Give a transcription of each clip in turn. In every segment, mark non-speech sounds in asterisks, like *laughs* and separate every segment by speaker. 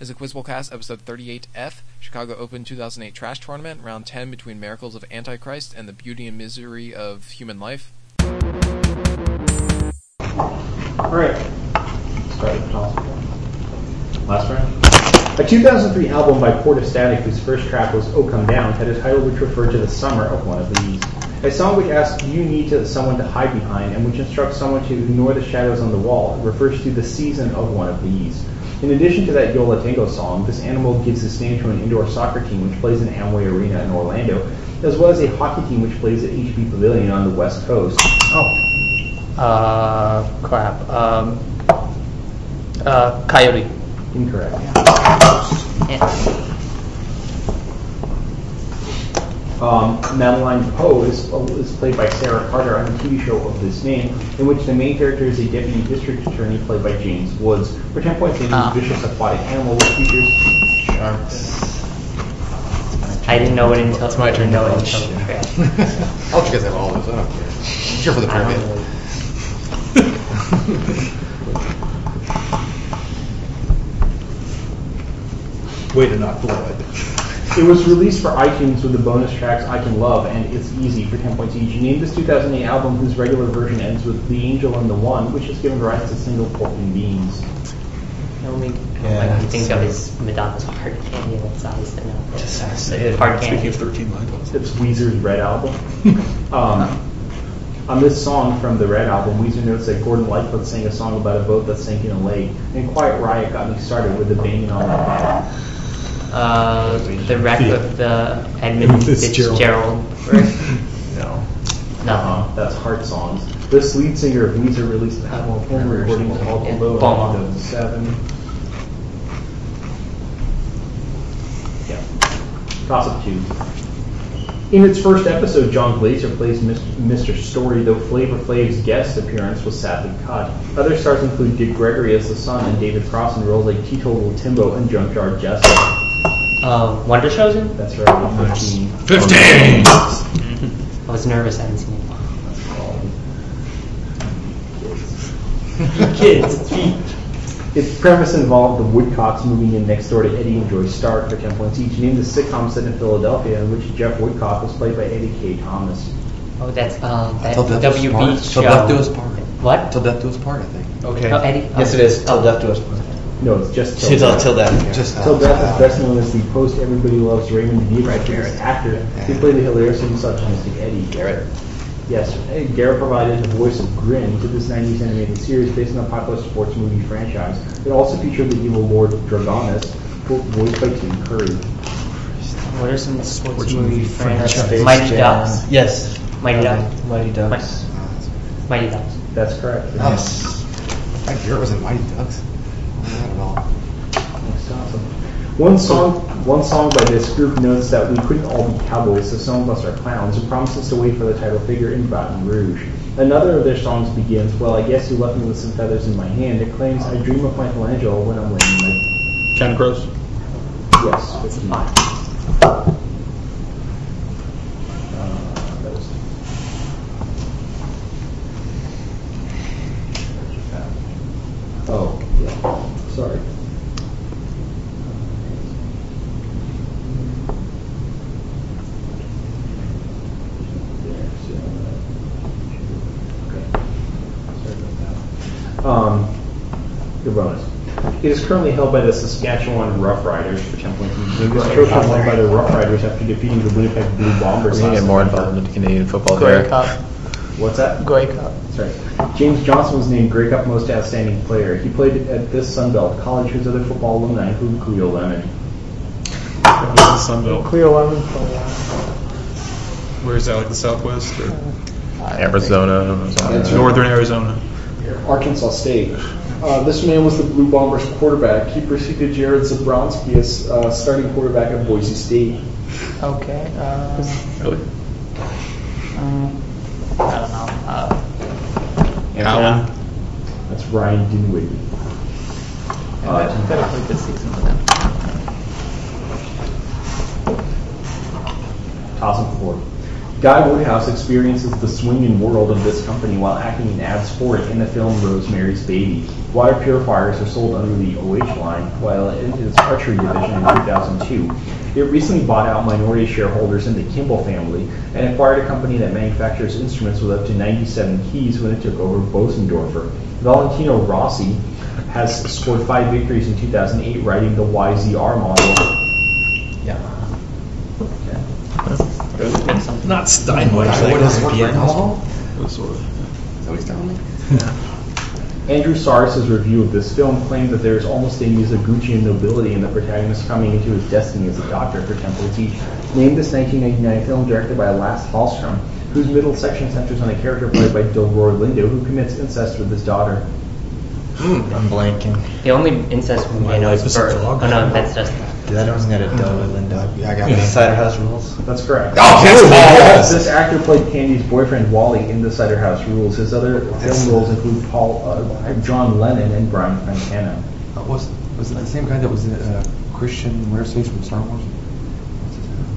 Speaker 1: is a Quiz Bowl Cast episode 38F, Chicago Open 2008 Trash Tournament, round 10 between Miracles of Antichrist and the Beauty and Misery of Human Life.
Speaker 2: Alright.
Speaker 3: Start it all. Last round?
Speaker 2: A 2003 album by Portastatic, whose first track was Oh Come Down, had a title which referred to the summer of one of these. A song which asks, Do you need to, someone to hide behind, and which instructs someone to ignore the shadows on the wall, It refers to the season of one of these. In addition to that Yola Tango song, this animal gives its name to an indoor soccer team which plays in Amway Arena in Orlando, as well as a hockey team which plays at HB Pavilion on the West Coast.
Speaker 4: Oh. Uh, crap. Um, uh, coyote.
Speaker 2: Incorrect. Um, Madeline Poe is, is played by Sarah Carter on the TV show of this name, in which the main character is a deputy district attorney played by James Woods. For 10 points,
Speaker 4: Ah.
Speaker 2: a vicious aquatic animal which features sharks.
Speaker 4: I didn't know it until it's
Speaker 5: my turn
Speaker 4: No,
Speaker 5: now.
Speaker 4: until the track.
Speaker 5: I'll let you guys have all those. I don't care. It's here for the
Speaker 4: I
Speaker 5: pyramid.
Speaker 4: don't really-
Speaker 5: Way to not blood.
Speaker 2: It was released for iTunes with the bonus tracks I Can Love and It's Easy for 10 points each. Name this 2008 album whose regular version ends with The Angel and the One, which has given rise to the single Pork and Beans.
Speaker 4: The only
Speaker 5: Yeah,
Speaker 4: one I can think of
Speaker 5: it's-
Speaker 4: is Madonna's Hard Candy. That's obviously not there. Hard
Speaker 5: Speaking
Speaker 4: Candy.
Speaker 5: of 13 lines.
Speaker 2: It's Weezer's Red Album. Um, on this song from the Red Album, Weezer notes that Gordon Lightfoot sang a song about a boat that sank in a lake, and Quiet Riot got me started with the banging on my head.
Speaker 4: Uh, the wreck of the Edmund
Speaker 5: *laughs* Fitzgerald.
Speaker 4: Fitzgerald.
Speaker 5: Uh-huh.
Speaker 4: verse.
Speaker 5: No.
Speaker 4: no.
Speaker 2: Uh, that's Heart Songs. This lead singer of Weezer released an album of home recordings called
Speaker 4: Yeah.
Speaker 2: Below
Speaker 4: Bomb.
Speaker 2: in 2007. Yeah. Gossip 2. In its first episode, John Glazer plays Mis- Mr. Story, though Flavor Flav's guest appearance was sadly cut. Other stars include Dick Gregory as the son and David Cross in roles like Teetotal Timbo and Junkyard Jester.
Speaker 4: Uh, Wonder Chosen?
Speaker 2: That's right, Oh. 15.
Speaker 5: 15!
Speaker 4: I was nervous. I haven't seen it.
Speaker 2: Kids, feet. Its premise involved the Woodcocks moving in next door to Eddie and Joy Stark for 10 points each, named the sitcom set in Philadelphia in which Jeff Woodcock was played by Eddie K. Thomas.
Speaker 4: Oh, that's uh, that
Speaker 5: Till Death Do Us Part.
Speaker 4: WB show.
Speaker 5: Till Death Do Us Part.
Speaker 4: What?
Speaker 5: Till death do us part, I think.
Speaker 6: Okay.
Speaker 4: Oh, Eddie? Oh.
Speaker 6: Yes, it is. Till death do us part.
Speaker 2: No, it's just Till
Speaker 6: Till,
Speaker 2: Death.
Speaker 6: till death.
Speaker 5: Just
Speaker 2: Till Death is best known as the post Everybody Loves Raymond Nearby famous actor who played the hilarious and misogynistic Eddie.
Speaker 6: Garrett.
Speaker 2: Yes, eh, Garrett provided the voice of Grin to this 90s animated series based on the popular sports movie franchise. It also featured the evil Lord Dragonis, vo- voiced by Tim Curry.
Speaker 4: What are some sports
Speaker 5: Sports
Speaker 4: movie
Speaker 5: movie
Speaker 4: franchises?
Speaker 5: franchises.
Speaker 4: Mighty Ducks.
Speaker 6: Yes.
Speaker 4: Mighty Ducks.
Speaker 6: Mighty Ducks.
Speaker 4: Mi- Mighty Ducks.
Speaker 2: That's correct.
Speaker 5: Yes. That Garrett was in Mighty Ducks. Not at all.
Speaker 2: That's awesome. One song, one song by this group notes that we couldn't all be cowboys, so some of us are clowns, and promises to wait for the title figure in Baton Rouge. Another of their songs begins, "Well, I guess you left me with some feathers in my hand." It claims, "I dream of Michelangelo when I'm laying my
Speaker 6: Ken Gross.
Speaker 2: yes."
Speaker 4: It's
Speaker 2: with you."
Speaker 4: fine.
Speaker 2: Uh, that was- Oh, yeah. Sorry. Um, your bonus. It is currently held by the Saskatchewan Rough Riders for 10 points. each. It was trophy won by the Rough Riders after defeating the Winnipeg Blue Bombers.
Speaker 7: We need
Speaker 2: last
Speaker 7: to get more
Speaker 2: November.
Speaker 7: involved with Canadian football
Speaker 6: Grey
Speaker 7: there.
Speaker 6: Cup.
Speaker 2: What's that?
Speaker 6: Grey Cup.
Speaker 2: Sorry. James Johnson was named Grey Cup Most Outstanding Player. He played at this Sunbelt college whose other football alumni include Cleo Lemon.
Speaker 6: Sunbelt.
Speaker 4: Cleo Lemon player.
Speaker 6: Where is that? Like the Southwest or
Speaker 7: Arizona, Arizona.
Speaker 6: Northern Arizona?
Speaker 8: Arkansas State. Uh, this man was the Blue Bombers quarterback. He preceded Jared Zabronsky as uh, starting quarterback at Boise State.
Speaker 4: Okay. Uh,
Speaker 7: Really?
Speaker 9: uh,
Speaker 4: um, I don't know. Uh,
Speaker 6: Allen.
Speaker 2: That's Ryan Dinwiddie. Uh,
Speaker 4: better play this season for them.
Speaker 2: Toss and forward. Guy Woodhouse experiences the swinging world of this company while acting in ads for it in the film Rosemary's Baby. Water purifiers are sold under the OH line while in its archery division in 2002. It recently bought out minority shareholders in the Kimball family and acquired a company that manufactures instruments with up to 97 keys when it took over Bosendorfer. Valentino Rossi has scored five victories in 2008 riding the YZR model.
Speaker 5: Yeah.
Speaker 4: Excellent.
Speaker 6: Not Steinway.
Speaker 5: What is Vietnam?
Speaker 6: Sort
Speaker 5: Is
Speaker 6: of.
Speaker 5: that what he's telling me?
Speaker 2: Andrew Saris's review of this film claimed that there is almost a Mizoguchian nobility in the protagonist coming into his destiny as a doctor for Temple Teach. Named this 1999 film directed by Lars Hallström, whose middle section centers on a character played by Delroy Lindo, who commits incest with his daughter.
Speaker 7: I'm blanking.
Speaker 4: The only incest movie I know is
Speaker 5: life is a
Speaker 4: Bird. Oh
Speaker 5: drug.
Speaker 4: no, that's just
Speaker 7: That one's got a dough with Linda.
Speaker 5: Yeah, I got
Speaker 6: Yeah.
Speaker 5: it.
Speaker 7: Cider House Rules.
Speaker 2: That's correct.
Speaker 5: *laughs* Oh, that's balls.
Speaker 2: This actor played Candy's boyfriend Wally in The Cider House Rules. His other film roles include Paul, uh, John Lennon and Brian Fontana.
Speaker 5: Uh, Was was it the same guy that was uh, Christian Wearsage from Star Wars?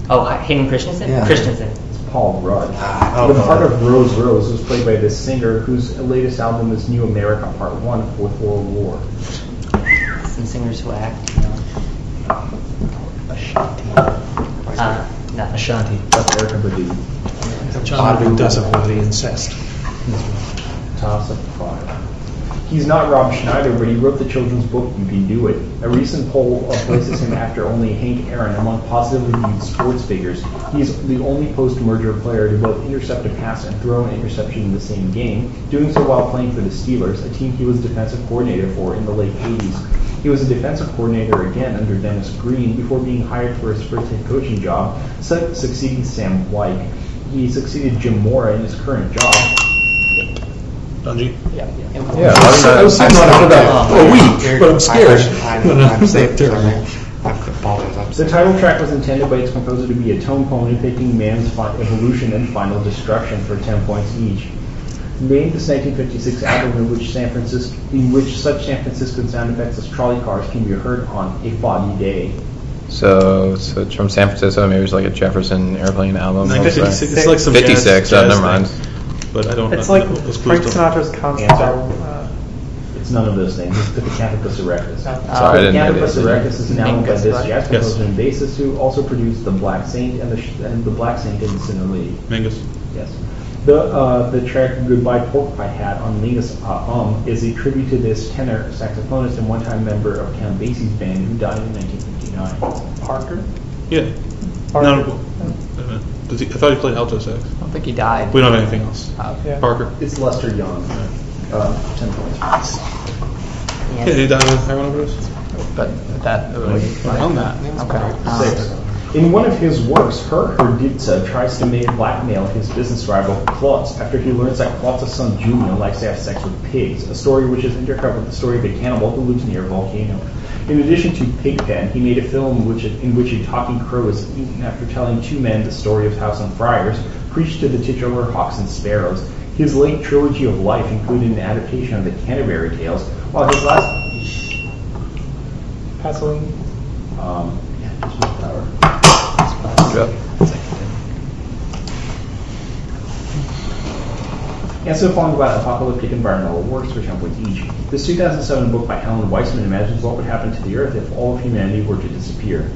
Speaker 4: oh Hayden Christensen.
Speaker 5: Yeah.
Speaker 4: Christensen.
Speaker 2: Paul Rudd.
Speaker 5: Ah,
Speaker 2: the
Speaker 5: oh,
Speaker 2: part
Speaker 5: Rudd.
Speaker 2: of Rose Rose was played by this singer whose latest album is New America Part 1, Fourth World War.
Speaker 4: Some singers who act. You know.
Speaker 5: Ashanti.
Speaker 4: Uh, nothing.
Speaker 6: Ashanti.
Speaker 2: That's Erica Badu.
Speaker 6: John Luke doesn't want the incest.
Speaker 2: Thompson Pride. He's not Rob Schneider, but he wrote the children's book You Can Do It. A recent poll uh, places him after only Hank Aaron among positively viewed sports figures. He's the only post-merger player to both intercept a pass and throw an interception in the same game, doing so while playing for the Steelers, a team he was defensive coordinator for in the late 80s. He was a defensive coordinator again under Dennis Green before being hired for his first head coaching job, su- succeeding Sam White. He succeeded Jim Mora in his current job,
Speaker 6: Bungie.
Speaker 7: Yeah, I was, I was sitting on it for about a week, but I'm scared.
Speaker 5: I, I, I'm safe. Sorry. I apologize. I'm
Speaker 2: The
Speaker 5: safe.
Speaker 2: title track was intended by its composer to be a tone poem depicting man's fi- evolution and final destruction for 10 points each. Named this 1956 album in which San Francisco, in which such San Franciscan sound effects as trolley cars can be heard on a foggy day.
Speaker 7: So, so it's from San Francisco, maybe it's like a Jefferson airplane album. or something.
Speaker 6: 1956. It's like some jazz-
Speaker 7: 56, oh,
Speaker 6: jazz
Speaker 7: never mind.
Speaker 6: thing. But I don't
Speaker 9: It's
Speaker 6: know.
Speaker 9: like
Speaker 6: Those clues
Speaker 9: Frank
Speaker 6: don't-
Speaker 9: Sinatra's concert.
Speaker 2: Answer.
Speaker 9: uh,
Speaker 2: It's none of those things. It's Pithecanthropus erectus.
Speaker 7: Sorry, I didn't know
Speaker 2: Pithecanthropus
Speaker 7: that.
Speaker 2: erectus is an album by this jazz
Speaker 6: Yes.
Speaker 2: composer and bassist who also produced The Black Saint and the, Sh- and the Black Saint and the Sinner League.
Speaker 6: Mingus.
Speaker 2: Yes. The, uh, the track Goodbye Pork Pie Hat on Lingus uh, Um is a tribute to this tenor saxophonist and one-time member of Count Basie's band who died in 1959.
Speaker 9: Parker.
Speaker 6: Yeah.
Speaker 9: Parker.
Speaker 6: No, wait a minute. Does he, I thought he played alto sax.
Speaker 4: I don't think he died.
Speaker 6: We don't have anything else.
Speaker 4: Uh,
Speaker 9: Yeah.
Speaker 6: Parker.
Speaker 2: It's Lester Young, uh, 10 points.
Speaker 6: Yeah, did he die of heroin overdose?
Speaker 4: But that.
Speaker 6: On that.
Speaker 4: Okay.
Speaker 2: Six. In one of his works, Her Herditsa tries to make blackmail his business rival Klotz after he learns that Klotz's son Julian likes to have sex with pigs, a story which is intercut with the story of a cannibal who lives near a volcano. In addition to Pigpen, he made a film which, in which a talking crow is eaten after telling two men the story of House on Friars, preached to the titular Hawks and Sparrows. His late trilogy of life included an adaptation of the Canterbury Tales, while his last
Speaker 9: Pasolini.
Speaker 2: um, And so following about apocalyptic environmental works for Trump with each. This 2007 book by Helen Weissman imagines what would happen to the Earth if all of humanity were to disappear.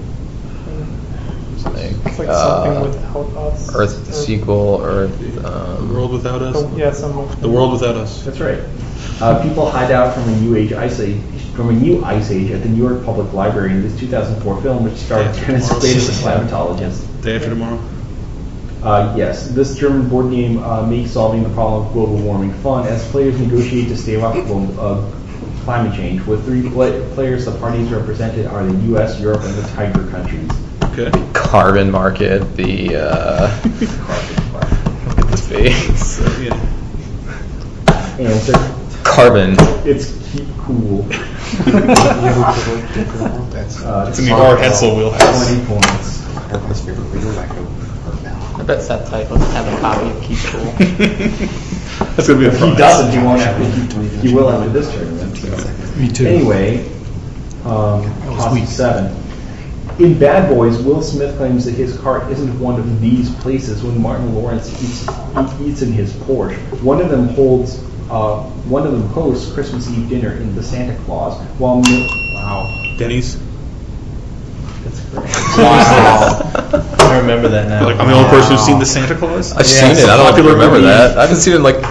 Speaker 7: Like,
Speaker 9: It's like
Speaker 7: uh,
Speaker 9: something without us.
Speaker 7: Earth, the
Speaker 9: or-
Speaker 7: sequel, Earth,
Speaker 6: Uh, The
Speaker 7: um,
Speaker 6: world without us.
Speaker 9: Oh, Yeah, some.
Speaker 6: The world without us.
Speaker 2: That's right. Uh, people hide out from a new age ice age, from a new ice age at the New York Public Library in this 2004 film, which starred
Speaker 6: Yeah.
Speaker 2: Dennis Quaid as a climatologist.
Speaker 6: Day after tomorrow.
Speaker 2: Uh, yes, this German board game uh, makes solving the problem of global warming fun as players negotiate to stave off glo- uh, climate change. With three pla- players, the parties represented are the U.S., Europe, and the Tiger countries.
Speaker 6: Okay.
Speaker 7: carbon market, the,
Speaker 6: *laughs*
Speaker 7: uh, look at this face.
Speaker 6: So, yeah.
Speaker 2: Answer:
Speaker 7: Carbon.
Speaker 2: It's keep cool.
Speaker 5: That's
Speaker 2: Uh,
Speaker 6: It's in the Art Hetzel wheelhouse.
Speaker 2: Twenty points.
Speaker 5: everybody's favorite reader, like Herb *laughs* Mel.
Speaker 4: I bet subtitles have a copy of Keep Cool.
Speaker 6: That's gonna be a
Speaker 2: If he
Speaker 6: prize.
Speaker 2: doesn't, he won't have. He will after this tournament.
Speaker 6: Me too.
Speaker 2: Anyway, um, possibly seven. In Bad Boys, Will Smith claims that his car isn't one of these places when Martin Lawrence eats, eats in his Porsche. One of them holds, uh, one of them hosts Christmas Eve dinner in the Santa Claus, while Mil- wow,
Speaker 6: Denny's.
Speaker 2: that's great.
Speaker 3: *laughs* I remember that now.
Speaker 6: Like, I'm the only person who's seen the Santa
Speaker 7: *laughs*
Speaker 6: Claus.
Speaker 3: Yeah,
Speaker 7: I've seen
Speaker 3: it's
Speaker 7: it.
Speaker 3: a
Speaker 7: I don't know if
Speaker 3: popular
Speaker 7: people remember
Speaker 3: movie.
Speaker 7: that. I haven't seen it in like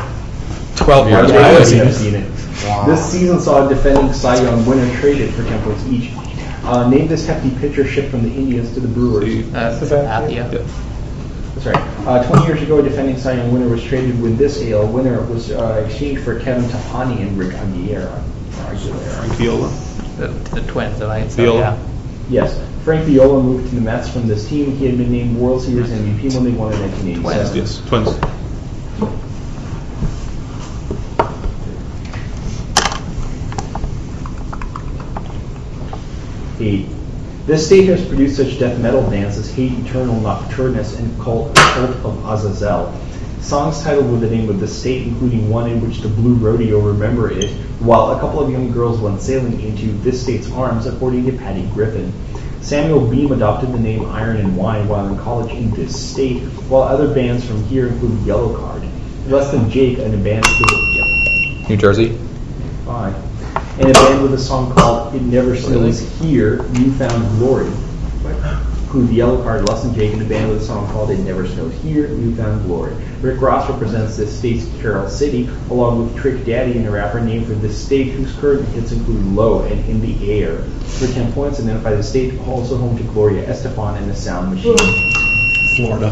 Speaker 7: 12 years. but I have seen it.
Speaker 2: This season saw a defending Cy Young winner traded for 10 points each. Uh, name this hefty pitcher shipped from the Indians to the Brewers.
Speaker 4: Uh, Apia.
Speaker 2: That's right. Uh, 20 years ago, a defending Cy Young winner was traded with this ale. Winner was uh, exchanged for Kevin Tahani and Rick Aguilera. Aguilera.
Speaker 6: Viola.
Speaker 4: The, the twins, I think. So,
Speaker 6: Viola.
Speaker 4: yeah.
Speaker 2: Yes. Frank Viola moved to the Mets from this team. He had been named World Series MVP when they won in 1987.
Speaker 6: Yes, twins.
Speaker 2: Eight. This state has produced such death metal bands as Hate Eternal Nocturnus and Cult, Cult of Azazel. Songs titled with the name of the state, including one in which the Blue Rodeo remember it, while a couple of young girls went sailing into this state's arms, according to Patty Griffin. Samuel Beam adopted the name Iron and Wine while in college in this state, while other bands from here include Yellow Card. Less Than Jake, an abandoned group.
Speaker 7: New Jersey.
Speaker 2: Fine. And a band with a song called It Never Snows Here, You Found Glory. Who the yellow card, Less Than Jake, and a band with a song called It Never Snows Here, You Found Glory. Rick Ross represents this state's Carol City, along with Trick Daddy and a rapper named for this state whose current hits include Low and In the Air. For 10 points, identify the state also home to Gloria Estefan and the Sound Machine.
Speaker 6: Florida.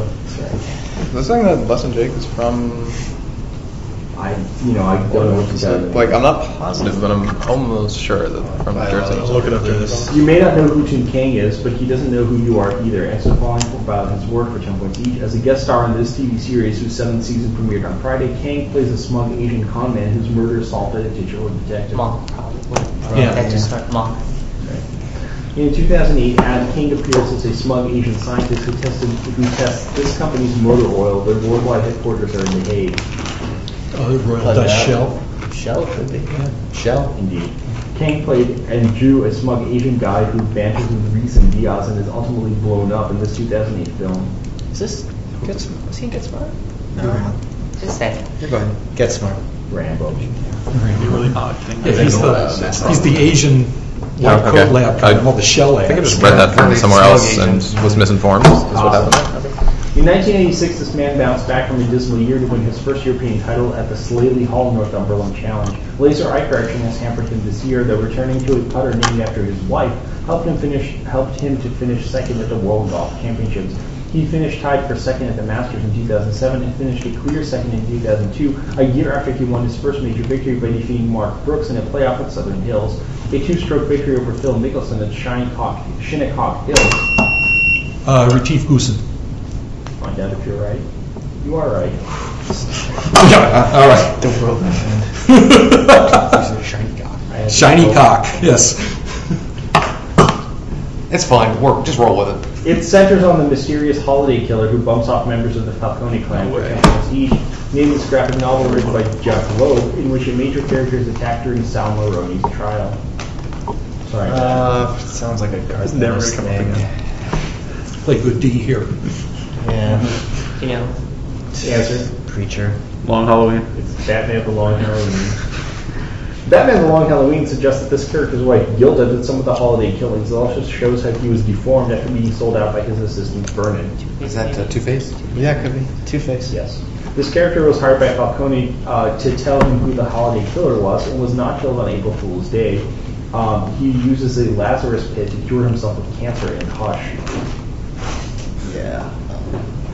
Speaker 3: The song that Lesson Jake is from,
Speaker 2: I, you know, I don't know what to tell you.
Speaker 7: Like, I'm not positive, but I'm almost sure that from New Jersey.
Speaker 6: uh, I'll look it up during this.
Speaker 2: You may not know who Toon Kang is, but he doesn't know who you are either, and so following about his work for 10 points each. As a guest star in this TV series, whose seventh season premiered on Friday, Kang plays a smug Asian con man whose murder assaulted a digital detective.
Speaker 4: Monk, probably.
Speaker 6: Yeah.
Speaker 4: That's just her- Monk.
Speaker 2: In 2008, ad King appears as a smug Asian scientist who, tested, who tests this company's motor oil. Their worldwide headquarters are in The Hague.
Speaker 6: Oh, Royal
Speaker 3: Uh, Dutch
Speaker 6: Shell.
Speaker 3: Shell could be, yeah.
Speaker 2: Shell, indeed. Kang played and Jew, a smug Asian guy who banters with Reese and Diaz and is ultimately blown up in this 2008 film.
Speaker 4: Is this Good Smart? Was he in Good Smart?
Speaker 3: No,
Speaker 4: Just saying.
Speaker 3: you're going, get smart.
Speaker 2: Rambo.
Speaker 6: Really, really odd thing.
Speaker 10: Yeah, he's the, he's the Asian lab
Speaker 7: Oh,
Speaker 10: coat
Speaker 7: okay.
Speaker 10: lab guy,
Speaker 7: I-
Speaker 10: all the shell ads.
Speaker 7: I think I just read that from somewhere else and was misinformed. Is what happened.
Speaker 2: In 1986, this man bounced back from a dismal year to win his first European title at the Slaley Hall Northumberland Challenge. Laser eye correction has hampered him this year, though returning to a putter named after his wife helped him finish helped him to finish second at the World Golf Championships. He finished tied for second at the Masters in 2007 and finished a clear second in 2002, a year after he won his first major victory by defeating Mark Brooks in a playoff at Southern Hills, a two-stroke victory over Phil Mickelson at Shinnecock, Shinnecock Hills.
Speaker 10: Uh, Retief Goosen.
Speaker 2: Find out if you're right. You are right.
Speaker 10: All
Speaker 7: Uh,
Speaker 10: right.
Speaker 3: The world, my friend. He's a shiny guy.
Speaker 2: I had-
Speaker 10: Shiny cock, yes.
Speaker 3: *laughs* It's fine, work, just roll with it.
Speaker 2: It centers on the mysterious holiday killer who bumps off members of the Falcone clan for temples each. Named this graphic novel written by Jack Loeb, in which a major character is attacked during Sal Maroney's trial. Sorry.
Speaker 3: Uh, sounds like a Garth
Speaker 6: never
Speaker 3: Ennis
Speaker 6: come up
Speaker 3: thing.
Speaker 10: Play good D here.
Speaker 3: Yeah.
Speaker 4: You know,
Speaker 2: Answer.
Speaker 3: Preacher.
Speaker 6: Long Halloween.
Speaker 2: It's Batman the Long Halloween. Batman the Long Halloween suggests that this character's wife, Gilda, did some of the holiday killings. It also shows how he was deformed after being sold out by his assistant, Vernon.
Speaker 3: Is that uh, Two Face? Yeah, could be. Two Face.
Speaker 2: Yes. This character was hired by Falcone uh, to tell him who the holiday killer was and was not killed on April Fool's Day. Um, he uses a Lazarus pit to cure himself of cancer in Hush.
Speaker 3: Yeah.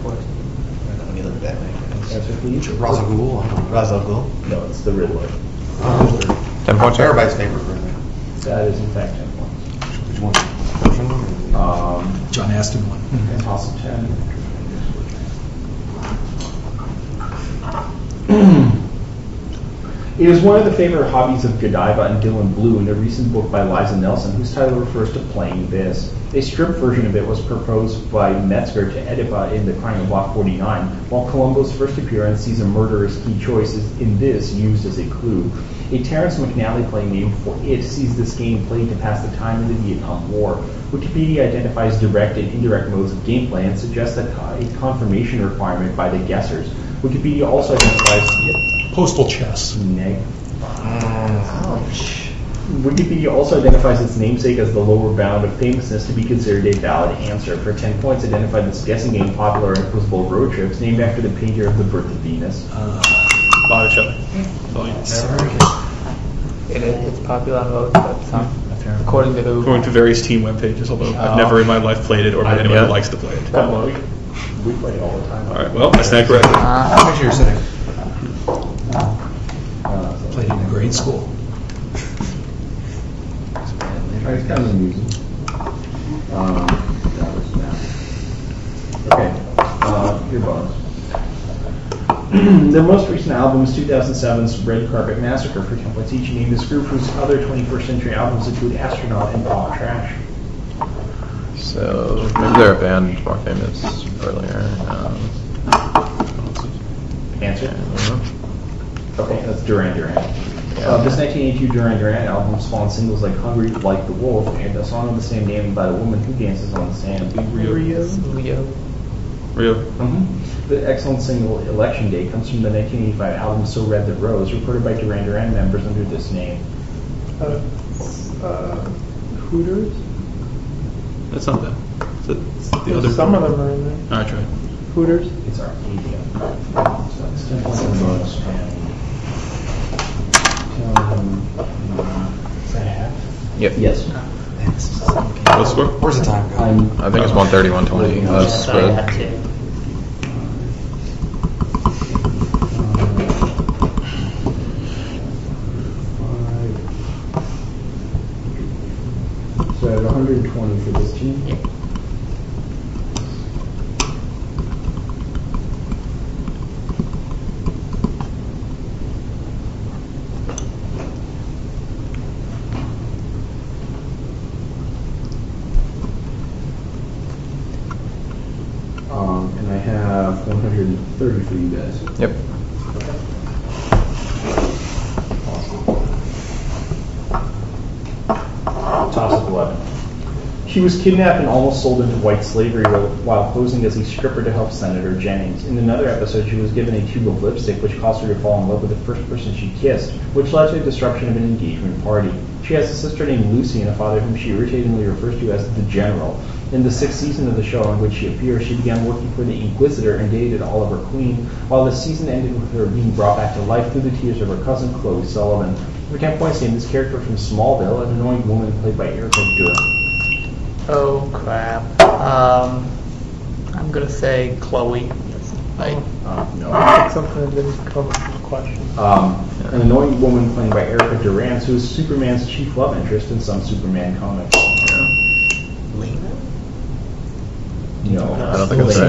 Speaker 3: Let me look at that way.
Speaker 2: Answer, please?
Speaker 3: Ra's al Ghul. Ra's al Ghul.
Speaker 2: No, it's the Riddler.
Speaker 7: 10 points. right?
Speaker 3: Everybody's favorite rumor.
Speaker 2: That is, in fact, 10 points.
Speaker 5: Which one? Which one?
Speaker 2: Um,
Speaker 10: John Aston one.
Speaker 2: and toss a 10. It is one of the favorite hobbies of Godiva and Dylan Blue in a recent book by Liza Nelson, whose title refers to playing this. A stripped version of it was proposed by Metzger to Oedipa in The Crime of Lot 49, while Columbo's first appearance sees a murderer's key choice is in this used as a clue. A Terrence McNally play name for it sees this game played to pass the time in the Vietnam War. Wikipedia identifies direct and indirect modes of gameplay and suggests a a confirmation requirement by the guessers. Wikipedia also identifies...
Speaker 10: Postal chess.
Speaker 2: Neg. Wikipedia also identifies its namesake as the lower bound of famousness to be considered a valid answer. For 10 points, identified this guessing game popular in Quizzable road trips, named after the painter of The Birth of Venus.
Speaker 3: Uh,
Speaker 6: Botticelli. Oh, yes.
Speaker 4: It is, it's popular on both websites, according to Google.
Speaker 6: Going to various team web pages, although I've
Speaker 4: Oh.
Speaker 6: never in my life played it or met anyone
Speaker 7: yeah.
Speaker 6: who likes to play it.
Speaker 2: Come on, we, we play it all the time.
Speaker 6: All right, well, that's not correct.
Speaker 4: Ah,
Speaker 5: Picture you're sitting.
Speaker 2: Uh, so-
Speaker 10: Played in grade school.
Speaker 2: Alright, it's kind of amusing. Um, that was that. Okay, uh, your bonus. Their most recent album is 2007's Red Carpet Massacre for Templates Each, named this group whose other 21st century albums include Astronaut and Pop Trash.
Speaker 7: So maybe they're a band more famous earlier. Um, I
Speaker 2: Answer?
Speaker 7: don't know.
Speaker 2: Okay, that's Duran Duran. Uh, this 1982 Duran Duran album spawned singles like Hungry Like the Wolf and a song of the same name about a woman who dances on the sand.
Speaker 6: Rio.
Speaker 4: Leo.
Speaker 6: Rio.
Speaker 2: Mhm. The excellent single Election Day comes from the 1985 album So Red the Rose, recorded by Duran Duran members under this name.
Speaker 9: Uh, uh, Hooters?
Speaker 6: That's not them. It's the- it's the other.
Speaker 9: Some of them are in there.
Speaker 6: All right, try.
Speaker 9: Hooters?
Speaker 2: It's Arcadia. So it's 10 points of bonus. Um,
Speaker 7: Yep.
Speaker 2: Yes.
Speaker 6: What's the score?
Speaker 5: Where's the time go?
Speaker 2: I'm
Speaker 7: I think it's 131 20.
Speaker 6: Uh,
Speaker 2: Looking
Speaker 4: Yeah,
Speaker 7: That's
Speaker 4: so I
Speaker 7: what,
Speaker 4: had to.
Speaker 2: So I have 120 for this team.
Speaker 4: Yeah.
Speaker 2: Um, and I have 130 for you guys.
Speaker 7: yep.
Speaker 2: Toss of 11. She was kidnapped and almost sold into white slavery while- while posing as a stripper to help Senator Jennings. In another episode, she was given a tube of lipstick, which caused her to fall in love with the first person she kissed, which led to a disruption of an engagement party. She has a sister named Lucy and a father whom she irritatingly refers to as the General. In the sixth season of the show in which she appears, she began working for the Inquisitor and dated Oliver Queen, while the season ended with her being brought back to life through the tears of her cousin Chloe Sullivan. For 10 points, name this character from Smallville, an annoying woman played by Erica Durham.
Speaker 4: Oh crap. Um, I'm gonna say Chloe. Like,
Speaker 2: Uh, no.
Speaker 9: Something that didn't come from the question.
Speaker 2: Um, an annoying woman played by Erica Durance, who is Superman's chief love interest in some Superman comics.
Speaker 3: Lena?
Speaker 2: No,
Speaker 7: I don't think it's right.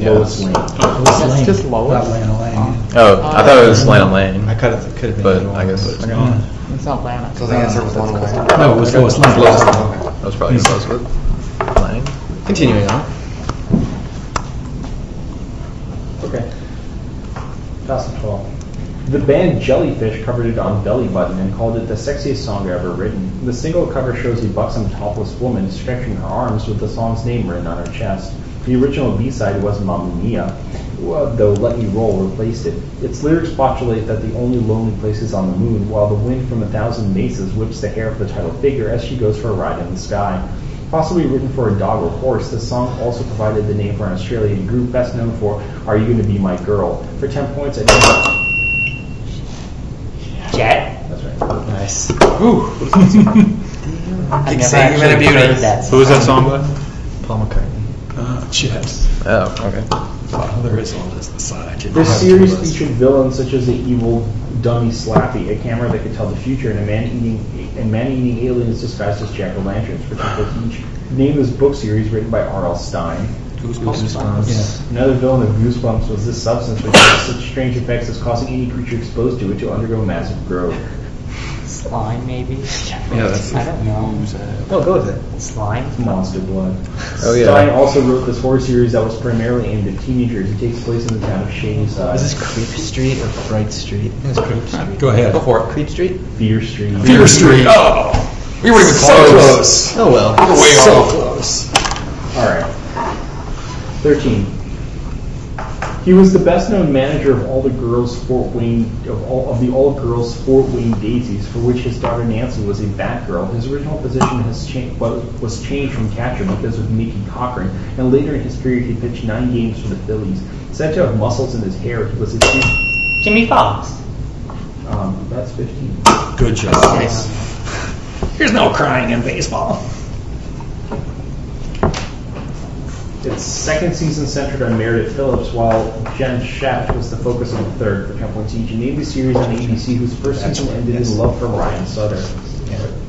Speaker 2: Lois
Speaker 7: Yeah.
Speaker 2: Lane.
Speaker 4: It's just Lois.
Speaker 10: Not Lana Lang.
Speaker 7: Oh, I thought it was Lana Lane.
Speaker 3: I could have, could have been.
Speaker 7: But
Speaker 3: the
Speaker 7: I
Speaker 3: one,
Speaker 7: guess-
Speaker 3: but it's
Speaker 7: okay.
Speaker 3: not.
Speaker 4: It's not Lana.
Speaker 5: So the answer was one way.
Speaker 10: No, it was Lois Lane.
Speaker 7: Lois That was probably close with Lang.
Speaker 3: Continuing on.
Speaker 2: Okay. Pass the 12. The band Jellyfish covered it on Belly Button and called it the sexiest song ever written. The single cover shows a buxom topless woman stretching her arms with the song's name written on her chest. The original B-side was Mamma Mia, well, though Let Me Roll replaced it. Its lyrics postulate that the only lonely place is on the moon, while the wind from a thousand mesas whips the hair of the title figure as she goes for a ride in the sky. Possibly written for a dog or horse, this song also provided the name for an Australian group best known for Are You Gonna Be My Girl? For 10 points, I think
Speaker 4: Jet.
Speaker 2: that's right.
Speaker 3: Nice.
Speaker 4: I
Speaker 5: Keep
Speaker 4: never
Speaker 5: saying you're
Speaker 4: actually
Speaker 5: the beauty.
Speaker 4: heard that.
Speaker 6: Who was that song by?
Speaker 3: Paul McCartney.
Speaker 10: Uh, Chet.
Speaker 7: Oh, okay.
Speaker 10: Father is on this side.
Speaker 2: This series featured villains such as the evil dummy Slappy, a camera that could tell the future, and a man eating and man eating aliens disguised as jack o' lanterns for 10 points each. The name of this book series written by R.L. Stein.
Speaker 5: Yes.
Speaker 2: Another villain of Goosebumps was this substance which has such strange effects as causing any creature exposed to it to undergo massive growth.
Speaker 4: Slime, maybe?
Speaker 7: Yeah, that's-
Speaker 4: I don't know.
Speaker 3: No, go with
Speaker 4: Slime?
Speaker 2: Monster Blood.
Speaker 7: Oh, yeah.
Speaker 2: Stein also wrote this horror series that was primarily aimed at teenagers. It takes place in the town of Shadyside.
Speaker 3: it. Is this Creep Street or Fright Street?
Speaker 10: Yes, Creep Street. Go ahead.
Speaker 3: Go for it. Creep Street?
Speaker 2: Fear Street.
Speaker 10: Fear Street. Oh, we were even close.
Speaker 3: Oh well.
Speaker 10: We were way
Speaker 3: so
Speaker 10: off. close.
Speaker 2: All right. 13. He was the best known manager of all the girls Fort Wayne of all of the all girls Fort Wayne Daisies, for which his daughter Nancy was a Batgirl. His original position has changed was, was changed from catcher because of Mickey Cochran, and later in his career he pitched nine games for the Phillies. Said to have muscles in his hair, he was a huge-
Speaker 4: Jimmy Fox.
Speaker 2: um, that's 15.
Speaker 10: Good job. There's no crying in baseball.
Speaker 2: Its second season centered on Meredith Phillips, while Jen Shaft was the focus of the third for Temple Teach, a named series on ABC whose first season ended in love for Ryan Sutter.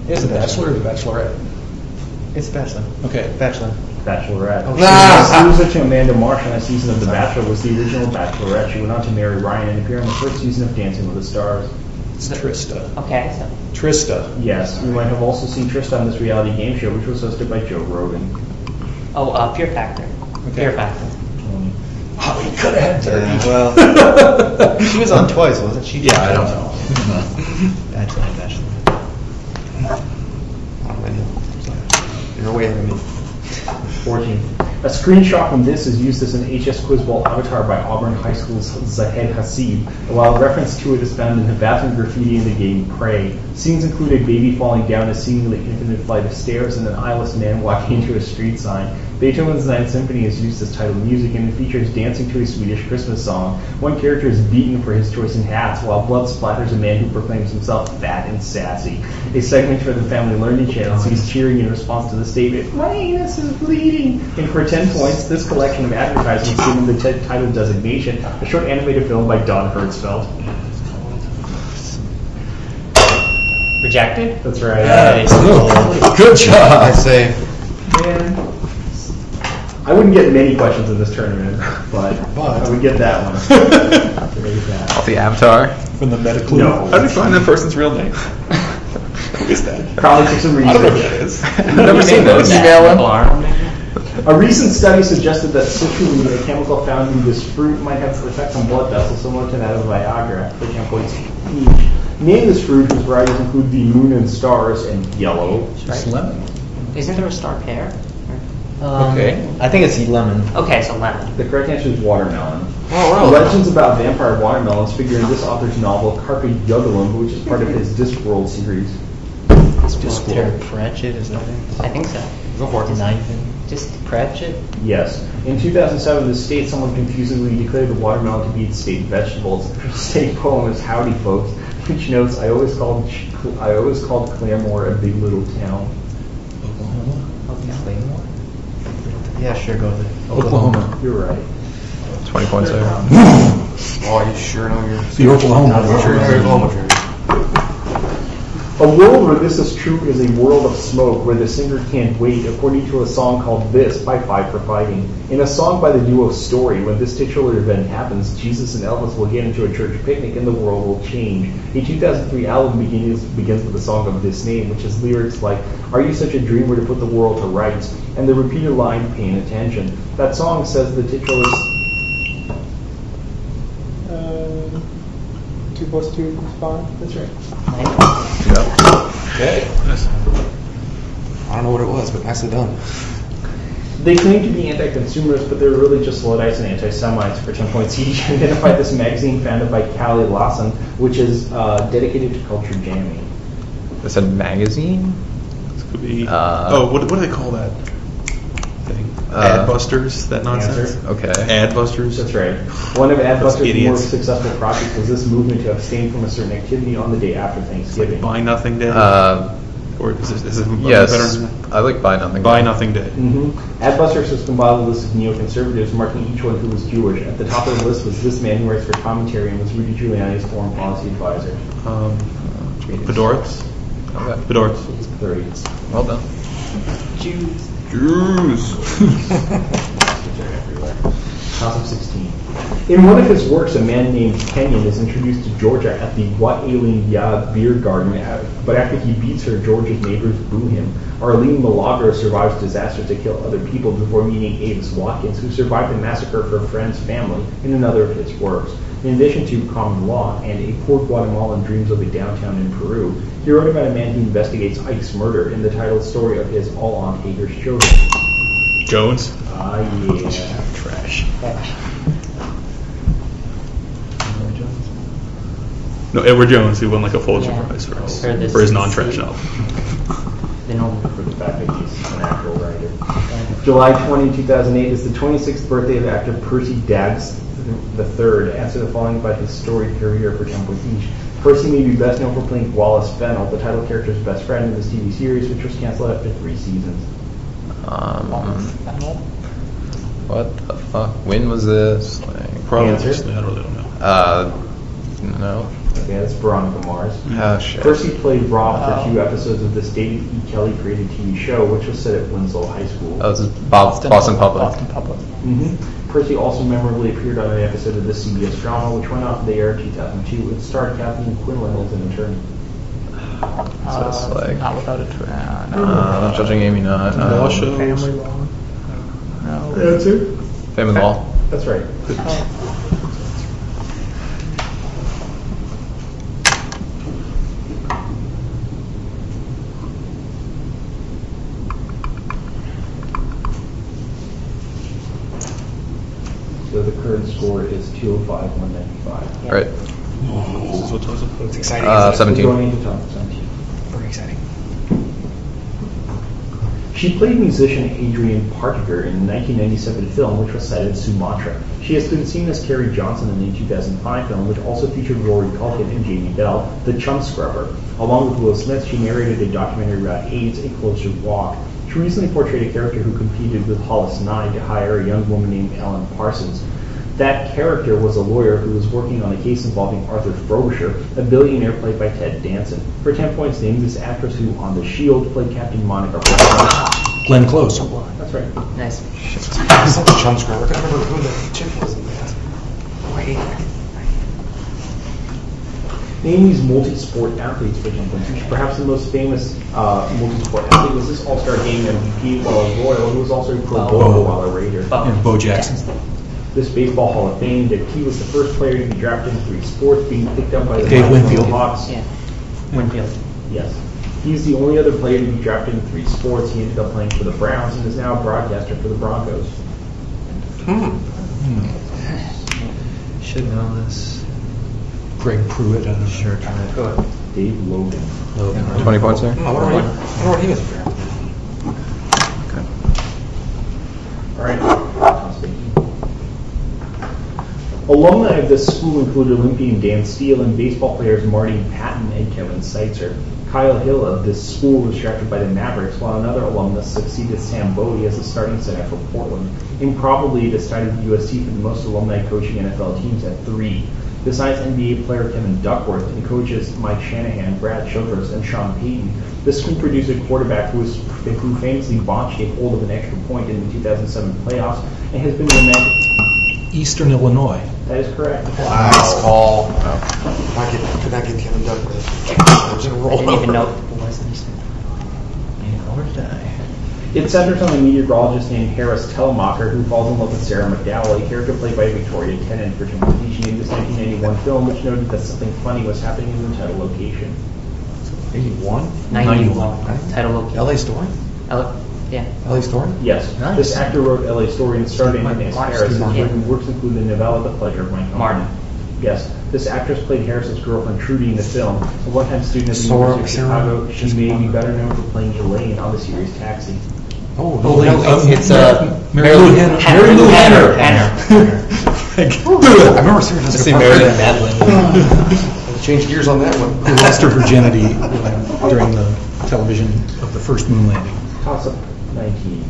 Speaker 3: Here's the Bachelor.
Speaker 10: or the Bachelorette?
Speaker 3: It's Bachelor.
Speaker 10: Okay.
Speaker 3: Bachelor.
Speaker 2: Bachelorette.
Speaker 3: Oh,
Speaker 2: She was such Amanda Marsh on that season of The Bachelor was the original Bachelorette. She went on to marry Ryan and appear on the first season of Dancing with the Stars.
Speaker 10: It's Trista.
Speaker 4: Okay, so.
Speaker 10: Trista.
Speaker 2: Yes, you might have also seen Trista on this reality game show, which was hosted by Joe Rogan.
Speaker 4: Oh, uh, Fear Factor. Fear Factor.
Speaker 10: Oh, we could have had
Speaker 3: Yeah,
Speaker 10: thirty. *laughs*
Speaker 3: well, *laughs* she was on twice, wasn't she?
Speaker 10: Yeah, I don't know.
Speaker 3: Bachelor, Bachelor. I don't know. You're way ahead of me.
Speaker 2: 14. A screenshot from this is used as an HS Quizball avatar by Auburn High School's Zahed Hasib, while reference to it is found in the bathroom graffiti in the game Prey. Scenes include a baby falling down a seemingly infinite flight of stairs and an eyeless man walking *laughs* into a street sign. Beethoven's Ninth Symphony is used as title music and it features dancing to a Swedish Christmas song. One character is beaten for his choice in hats, while blood splatters a man who proclaims himself fat and sassy. A segment for the Family Learning Channel sees cheering in response to the statement, My anus is bleeding! And for 10 points, this collection of advertisements given the t- title designation, a short animated film by Don Hertzfeld.
Speaker 4: Rejected?
Speaker 2: That's right.
Speaker 10: Good
Speaker 3: I
Speaker 10: job.
Speaker 3: say,
Speaker 2: I wouldn't get many questions in this tournament, but, I would get that one. Very bad.
Speaker 7: The Avatar.
Speaker 10: From the medical.
Speaker 2: No.
Speaker 6: How do you find that person's real name? Who is that?
Speaker 2: Probably took some
Speaker 6: I don't know who
Speaker 2: research. *laughs*
Speaker 6: that is.
Speaker 7: Never seen those.
Speaker 2: A recent study suggested that citrulline, a chemical found in this fruit, might have an effect on blood vessels similar to that of Viagra, for example, it's peach. Name this fruit whose varieties include the moon and stars and yellow.
Speaker 10: It's lemon.
Speaker 4: Isn't there a star pear?
Speaker 3: um,
Speaker 7: Okay.
Speaker 3: I think it's lemon.
Speaker 4: Okay, so lemon.
Speaker 2: The correct answer is watermelon.
Speaker 3: Oh,
Speaker 2: Legends about vampire watermelons figure in this author's novel Carpe Jugulum, which is part of his Discworld series.
Speaker 3: Just Terry Pratchett, is that it?
Speaker 4: I think so.
Speaker 3: Go for it.
Speaker 4: Just
Speaker 3: Pratchett?
Speaker 2: Yes. In 2007, the state someone confusingly declared the watermelon to be its state vegetable. *laughs* Its state poem is "Howdy, folks," which notes, "I always called I always called Claremore a big little town."
Speaker 10: Oklahoma.
Speaker 3: Claymore? Yeah, sure, go with it.
Speaker 10: Oklahoma.
Speaker 2: You're right.
Speaker 7: 20 points there.
Speaker 3: Oh, you sure know your...
Speaker 10: The Oklahoma.
Speaker 2: A world where this is true is a world of smoke where the singer can't wait, according to a song called This by Five for Fighting. In a song by the duo Story, when this titular event happens, Jesus and Elvis will get into a church picnic and the world will change. A 2003 album begins, begins with a song of this name, which has lyrics like, Are you such a dreamer to put the world to rights? and the repeated line, Paying attention. That song says the titular.
Speaker 9: Uh, two plus two equals five. That's right.
Speaker 10: Okay.
Speaker 5: I don't know what it was, but nicely done.
Speaker 2: They claim to be anti-consumers, but they're really just Luddites and anti-Semites. For 10 points *laughs* each, identified this magazine founded by Callie Lawson, which is uh, dedicated to culture jamming.
Speaker 7: It's a magazine?
Speaker 6: This could be.
Speaker 7: Uh,
Speaker 6: oh, what, what do they call that thing?
Speaker 7: Uh,
Speaker 6: Adbusters? That nonsense?
Speaker 2: Answer.
Speaker 7: Okay.
Speaker 6: Adbusters?
Speaker 2: That's right. One of Adbuster's more
Speaker 6: idiots.
Speaker 2: successful projects was this movement to abstain from a certain activity on the day after Thanksgiving.
Speaker 6: Buy Nothing Day?
Speaker 7: Uh,
Speaker 6: or is it, is it
Speaker 7: yes.
Speaker 6: better than
Speaker 7: I like Buy Nothing.
Speaker 6: Buy Nothing Day?
Speaker 2: hmm Adbusters was compiled a list of neoconservatives, marking each one who was Jewish. At the top of the list was this man who writes for commentary and was Rudy Giuliani's foreign policy advisor.
Speaker 6: Um, Bedoritz?
Speaker 7: Okay.
Speaker 6: Bedoritz.
Speaker 2: Three.
Speaker 7: Well done.
Speaker 4: Jews.
Speaker 3: *laughs*
Speaker 2: House of 16. In one of his works, a man named Kenyon is introduced to Georgia at the What Aileen Ya beer garden, but after he beats her, Georgia's neighbors boo him. Arlene Milagro survives disasters to kill other people before meeting Avis Watkins, who survived the massacre of her friend's family in another of his works. In addition to Common Law and A Poor Guatemalan Dreams of a Downtown in Peru, he wrote about a man who investigates Ike's murder in the titled story of his All on Hager's Children.
Speaker 6: *laughs* Jones.
Speaker 2: Ah, yeah.
Speaker 10: Trash.
Speaker 6: No, Edward Jones, who won like a Pulitzer
Speaker 4: Yeah.
Speaker 6: Prize for his,
Speaker 4: Heard this
Speaker 6: for his
Speaker 4: is-
Speaker 6: non-trash novel.
Speaker 4: They normally
Speaker 2: for the fact that he's an actual writer. July 20, 2008 is the 26th birthday of actor Percy Dabbs III, after the following about his storied career for Temple Beach. Percy may be best known for playing Wallace Fennell, the title character's best friend in this TV series, which was canceled after three seasons.
Speaker 7: Um, what the fuck? When was this? Like,
Speaker 6: Probably.
Speaker 2: Answer?
Speaker 6: I really don't know.
Speaker 7: uh, no.
Speaker 2: Okay, that's Veronica Mars.
Speaker 7: Oh shit.
Speaker 2: Percy played Rob for a few episodes of this David E. Kelly created TV show, which was set at Winslow High School.
Speaker 7: Oh, this is Bob, Boston Public.
Speaker 4: Boston Public.
Speaker 2: Mm-hmm. Percy also memorably appeared on an episode of the CBS drama, which went off the air in 2002. It starred Kathleen Quinlan as an attorney.
Speaker 4: Uh,
Speaker 7: it's like-
Speaker 4: not without a tra- uh, no.
Speaker 7: Uh, not judging Amy, not. Um,
Speaker 6: Law shows.
Speaker 4: Family law. No.
Speaker 2: it.
Speaker 7: Family Law.
Speaker 2: That's right.
Speaker 9: Oh,
Speaker 2: So the current score is 205, 195.
Speaker 7: Right.
Speaker 6: This is what tells us.
Speaker 10: It's exciting.
Speaker 7: Uh,
Speaker 10: isn't
Speaker 2: We're going
Speaker 7: 17.
Speaker 2: into top 17.
Speaker 10: it? Very exciting.
Speaker 2: She played musician Adrian Partiger in the 1997 film, which was set in Sumatra. She has been seen as Carrie Johnson in the 2005 film, which also featured Rory Culkin and Jamie Bell, The Chum Scrubber. Along with Will Smith, she narrated a documentary about AIDS, A Closer Walk. She recently portrayed a character who competed with Hollis Nye to hire a young woman named Ellen Parsons. That character was a lawyer who was working on a case involving Arthur Frobisher, a billionaire played by Ted Danson. For 10 points, name this actress who, on The Shield, played Captain Monica. Rambeau.
Speaker 5: Glenn Close.
Speaker 2: That's right.
Speaker 4: Nice.
Speaker 10: It's not the chum scrubber. I can't remember who the chick was in that. Wait.
Speaker 2: Name these multi-sport athletes for jumping. Perhaps the most famous uh, multi-sport athlete was this All-Star Game MVP Waller Royal, who was also a Pro
Speaker 5: Oh.
Speaker 2: Bowler while a Raider.
Speaker 5: And Bo Jackson.
Speaker 2: This Baseball Hall of Fame, that he was the first player to be drafted in three sports, being picked up by the
Speaker 5: Dave
Speaker 2: Miami
Speaker 5: Winfield.
Speaker 2: Hawks.
Speaker 4: Yeah. Winfield.
Speaker 2: Yes. He's the only other player to be drafted in three sports. He ended up playing for the Browns and is now a broadcaster for the Broncos.
Speaker 3: Should know this.
Speaker 5: Greg Pruitt. I don't know. Sure.
Speaker 2: Dave Logan.
Speaker 7: 20 points there?
Speaker 10: No, what are we? What are he was a bear.
Speaker 2: All right. Alumni of this school include Olympian Dan Steele and baseball players Marty Patton and Kevin Seitzer. Kyle Hill of this school was drafted by the Mavericks, while another alumnus succeeded Sam Bodie as the starting center for Portland, and probably decided USC for the most alumni coaching NFL teams at three. Besides NBA player Kevin Duckworth and coaches Mike Shanahan, Brad Childress, and Sean Payton, this school produced a quarterback who, was, who famously botched a hold of an extra point in the 2007 playoffs and has been remembered.
Speaker 5: Eastern Illinois.
Speaker 2: That is correct.
Speaker 10: Nice call. I could, could not get Kevin Douglas. I was in a roll
Speaker 4: Didn't even
Speaker 10: over.
Speaker 4: know it was Eastman.
Speaker 2: It centers on a meteorologist named Harris Telemacher who falls in love with Sarah McDowell, a character played by Victoria Tennant for Jim Beach in this 1991 film, which noted that something funny was happening in the title location.
Speaker 5: 81?
Speaker 4: 91. Title location.
Speaker 5: LA Story?
Speaker 4: Ele- yeah.
Speaker 5: LA Story?
Speaker 2: Yes,
Speaker 5: Nice.
Speaker 2: this actor wrote L.A. Story and starred in Inez
Speaker 4: Martin.
Speaker 2: Harris, and
Speaker 4: Yeah.
Speaker 2: written works include the novella The Pleasure of My Home.
Speaker 4: Martin.
Speaker 2: Yes, this actress played Harris's girlfriend Trudy in the film. A one-time student at the
Speaker 5: Sarah-
Speaker 2: University of
Speaker 5: Sarah-
Speaker 2: Chicago, she
Speaker 5: just
Speaker 2: may be
Speaker 5: one.
Speaker 2: better known for playing Elaine on the series Taxi.
Speaker 5: Oh, no,
Speaker 7: Oh, no,
Speaker 5: um,
Speaker 7: it's, uh,
Speaker 5: Mary Lou Henner.
Speaker 4: Henner. Henner.
Speaker 5: I remember Sarah Jessica
Speaker 7: Let's see,
Speaker 5: Parker.
Speaker 7: Meredith
Speaker 10: Change gears on that one.
Speaker 5: Who lost her virginity uh, during the television of the first moon landing.
Speaker 2: Toss-up 19.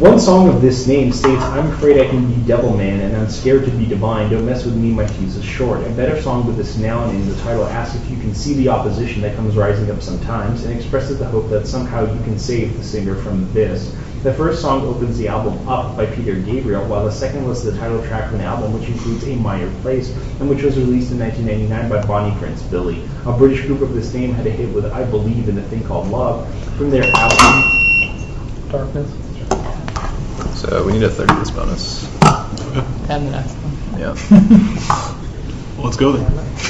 Speaker 2: One song of this name states, I'm afraid I can be devil man and I'm scared to be divine. Don't mess with me, my fuse is short. A better song with this noun in the title asks if you can see the opposition that comes rising up sometimes and expresses the hope that somehow you can save the singer from this. The first song opens the album Up by Peter Gabriel, while the second was the title track from the album, which includes A Minor Place, and which was released in 1999 by Bonnie Prince Billy. A British group of this name had a hit with I Believe in a Thing Called Love from their album.
Speaker 4: Darkness.
Speaker 7: So we need a 30 this bonus.
Speaker 4: And the next one.
Speaker 7: Yeah.
Speaker 6: Well, let's go then.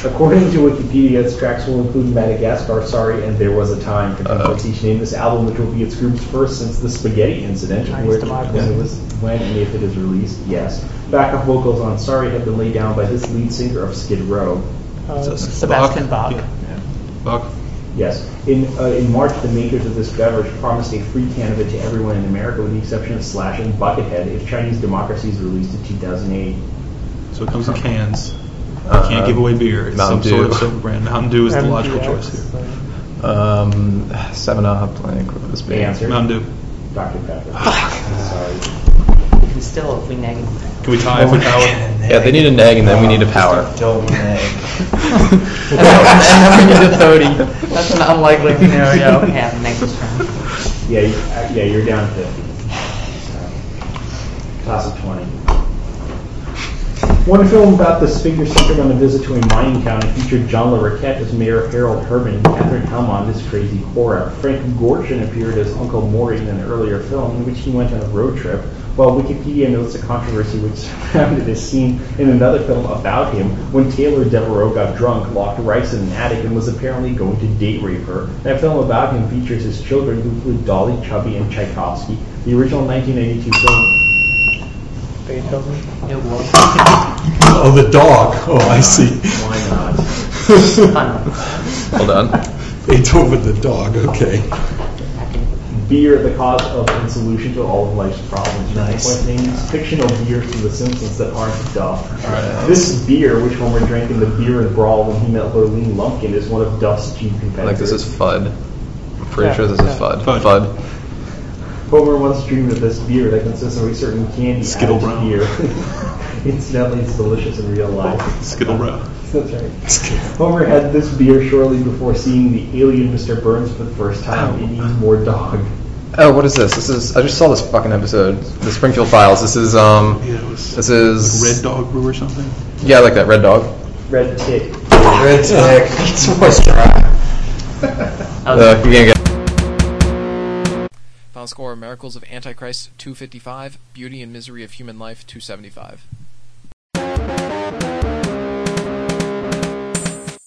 Speaker 2: According to Wikipedia, its tracks will include Madagascar, Sorry, and There Was a Time for
Speaker 7: Uh-oh.
Speaker 2: each name this album, which will be its group's first since the Spaghetti Incident,
Speaker 4: Nice
Speaker 2: where
Speaker 4: demise.
Speaker 2: when it was when and if it is released, yes. Backup vocals on Sorry have been laid down by this lead singer of Skid Row.
Speaker 4: Uh, Sebastian Bach.
Speaker 6: Yeah. Bach.
Speaker 2: Yes. In uh, in March, the makers of this beverage promised a free can of it to everyone in America, with the exception of Slash and Buckethead, if Chinese Democracy is released in 2008.
Speaker 6: So it comes in cans. You
Speaker 7: Uh,
Speaker 6: can't give away beer. It's
Speaker 7: Mountain
Speaker 6: some sort of
Speaker 7: Dew.
Speaker 6: soda brand. Mountain Dew is the logical
Speaker 4: MDX,
Speaker 6: choice
Speaker 4: uh,
Speaker 7: Um, seven up, blank. What would this be?
Speaker 2: The answer,
Speaker 6: here. Mountain Dew.
Speaker 2: Dr. Pepper. Sorry.
Speaker 4: We can still, if we nag him.
Speaker 6: Can we
Speaker 7: Oh,
Speaker 6: tie for
Speaker 7: *laughs*
Speaker 6: power?
Speaker 7: Yeah, they need a nag and then we need a power. *laughs*
Speaker 3: Don't nag.
Speaker 4: and then we need a 30. That's an unlikely
Speaker 7: *laughs*
Speaker 4: scenario. Yeah, next round.
Speaker 2: Yeah, you- uh, yeah, you're down fifty. Class of twenty. One film about this figure centered on a visit to a mining town and featured John Le Roquette as Mayor Harold Herman and Catherine Helmond as Crazy Cora. Frank Gorshin appeared as Uncle Maury in an earlier film in which he went on a road trip, while Wikipedia notes a controversy which *laughs* surrounded this scene in another film about him when Taylor Devereaux got drunk, locked Rice in an attic, and was apparently going to date rape her. That film about him features his children who include Dolly, Chubby, and Tchaikovsky. The original 1982 film
Speaker 9: Então,
Speaker 4: Beethoven. It was.
Speaker 5: Oh, the dog. Oh, I see.
Speaker 2: Why not?
Speaker 5: *laughs*
Speaker 7: Hold on.
Speaker 5: Beethoven the dog. Okay.
Speaker 2: Beer, the cause of and solution to all of life's problems.
Speaker 3: Nice.
Speaker 2: What names fictional beers from The Simpsons that aren't Duff? This beer, which Homer drank in the beer and brawl when he met Lurleen Lumpkin, is one of Duff's chief competitors.
Speaker 7: Like this is FUD. I'm pretty
Speaker 4: Yeah,
Speaker 7: sure this is
Speaker 4: yeah.
Speaker 7: FUD.
Speaker 6: Fud.
Speaker 7: FUD.
Speaker 2: Homer once dreamed of this beer that consists of a certain candy
Speaker 6: Skittle
Speaker 2: added to
Speaker 6: Brown.
Speaker 2: beer. Incidentally, *laughs* it's delicious in real life.
Speaker 6: Skittle Row.
Speaker 2: That's right. Homer had this beer shortly before seeing the alien Mr. Burns for the first time. It needs more dog.
Speaker 7: Oh, what is this? This is. I just saw this fucking episode. The Springfield Files. This is um.
Speaker 6: Yeah, it was
Speaker 7: This is.
Speaker 6: Red Dog Brew or something.
Speaker 7: Yeah, I like that. Red Dog.
Speaker 2: Red tick.
Speaker 10: Red
Speaker 7: *laughs*
Speaker 10: tech. It's always dry.
Speaker 7: Uh, you're gonna get.
Speaker 1: Final score Miracles of Antichrist 255, Beauty and Misery of Human Life 275.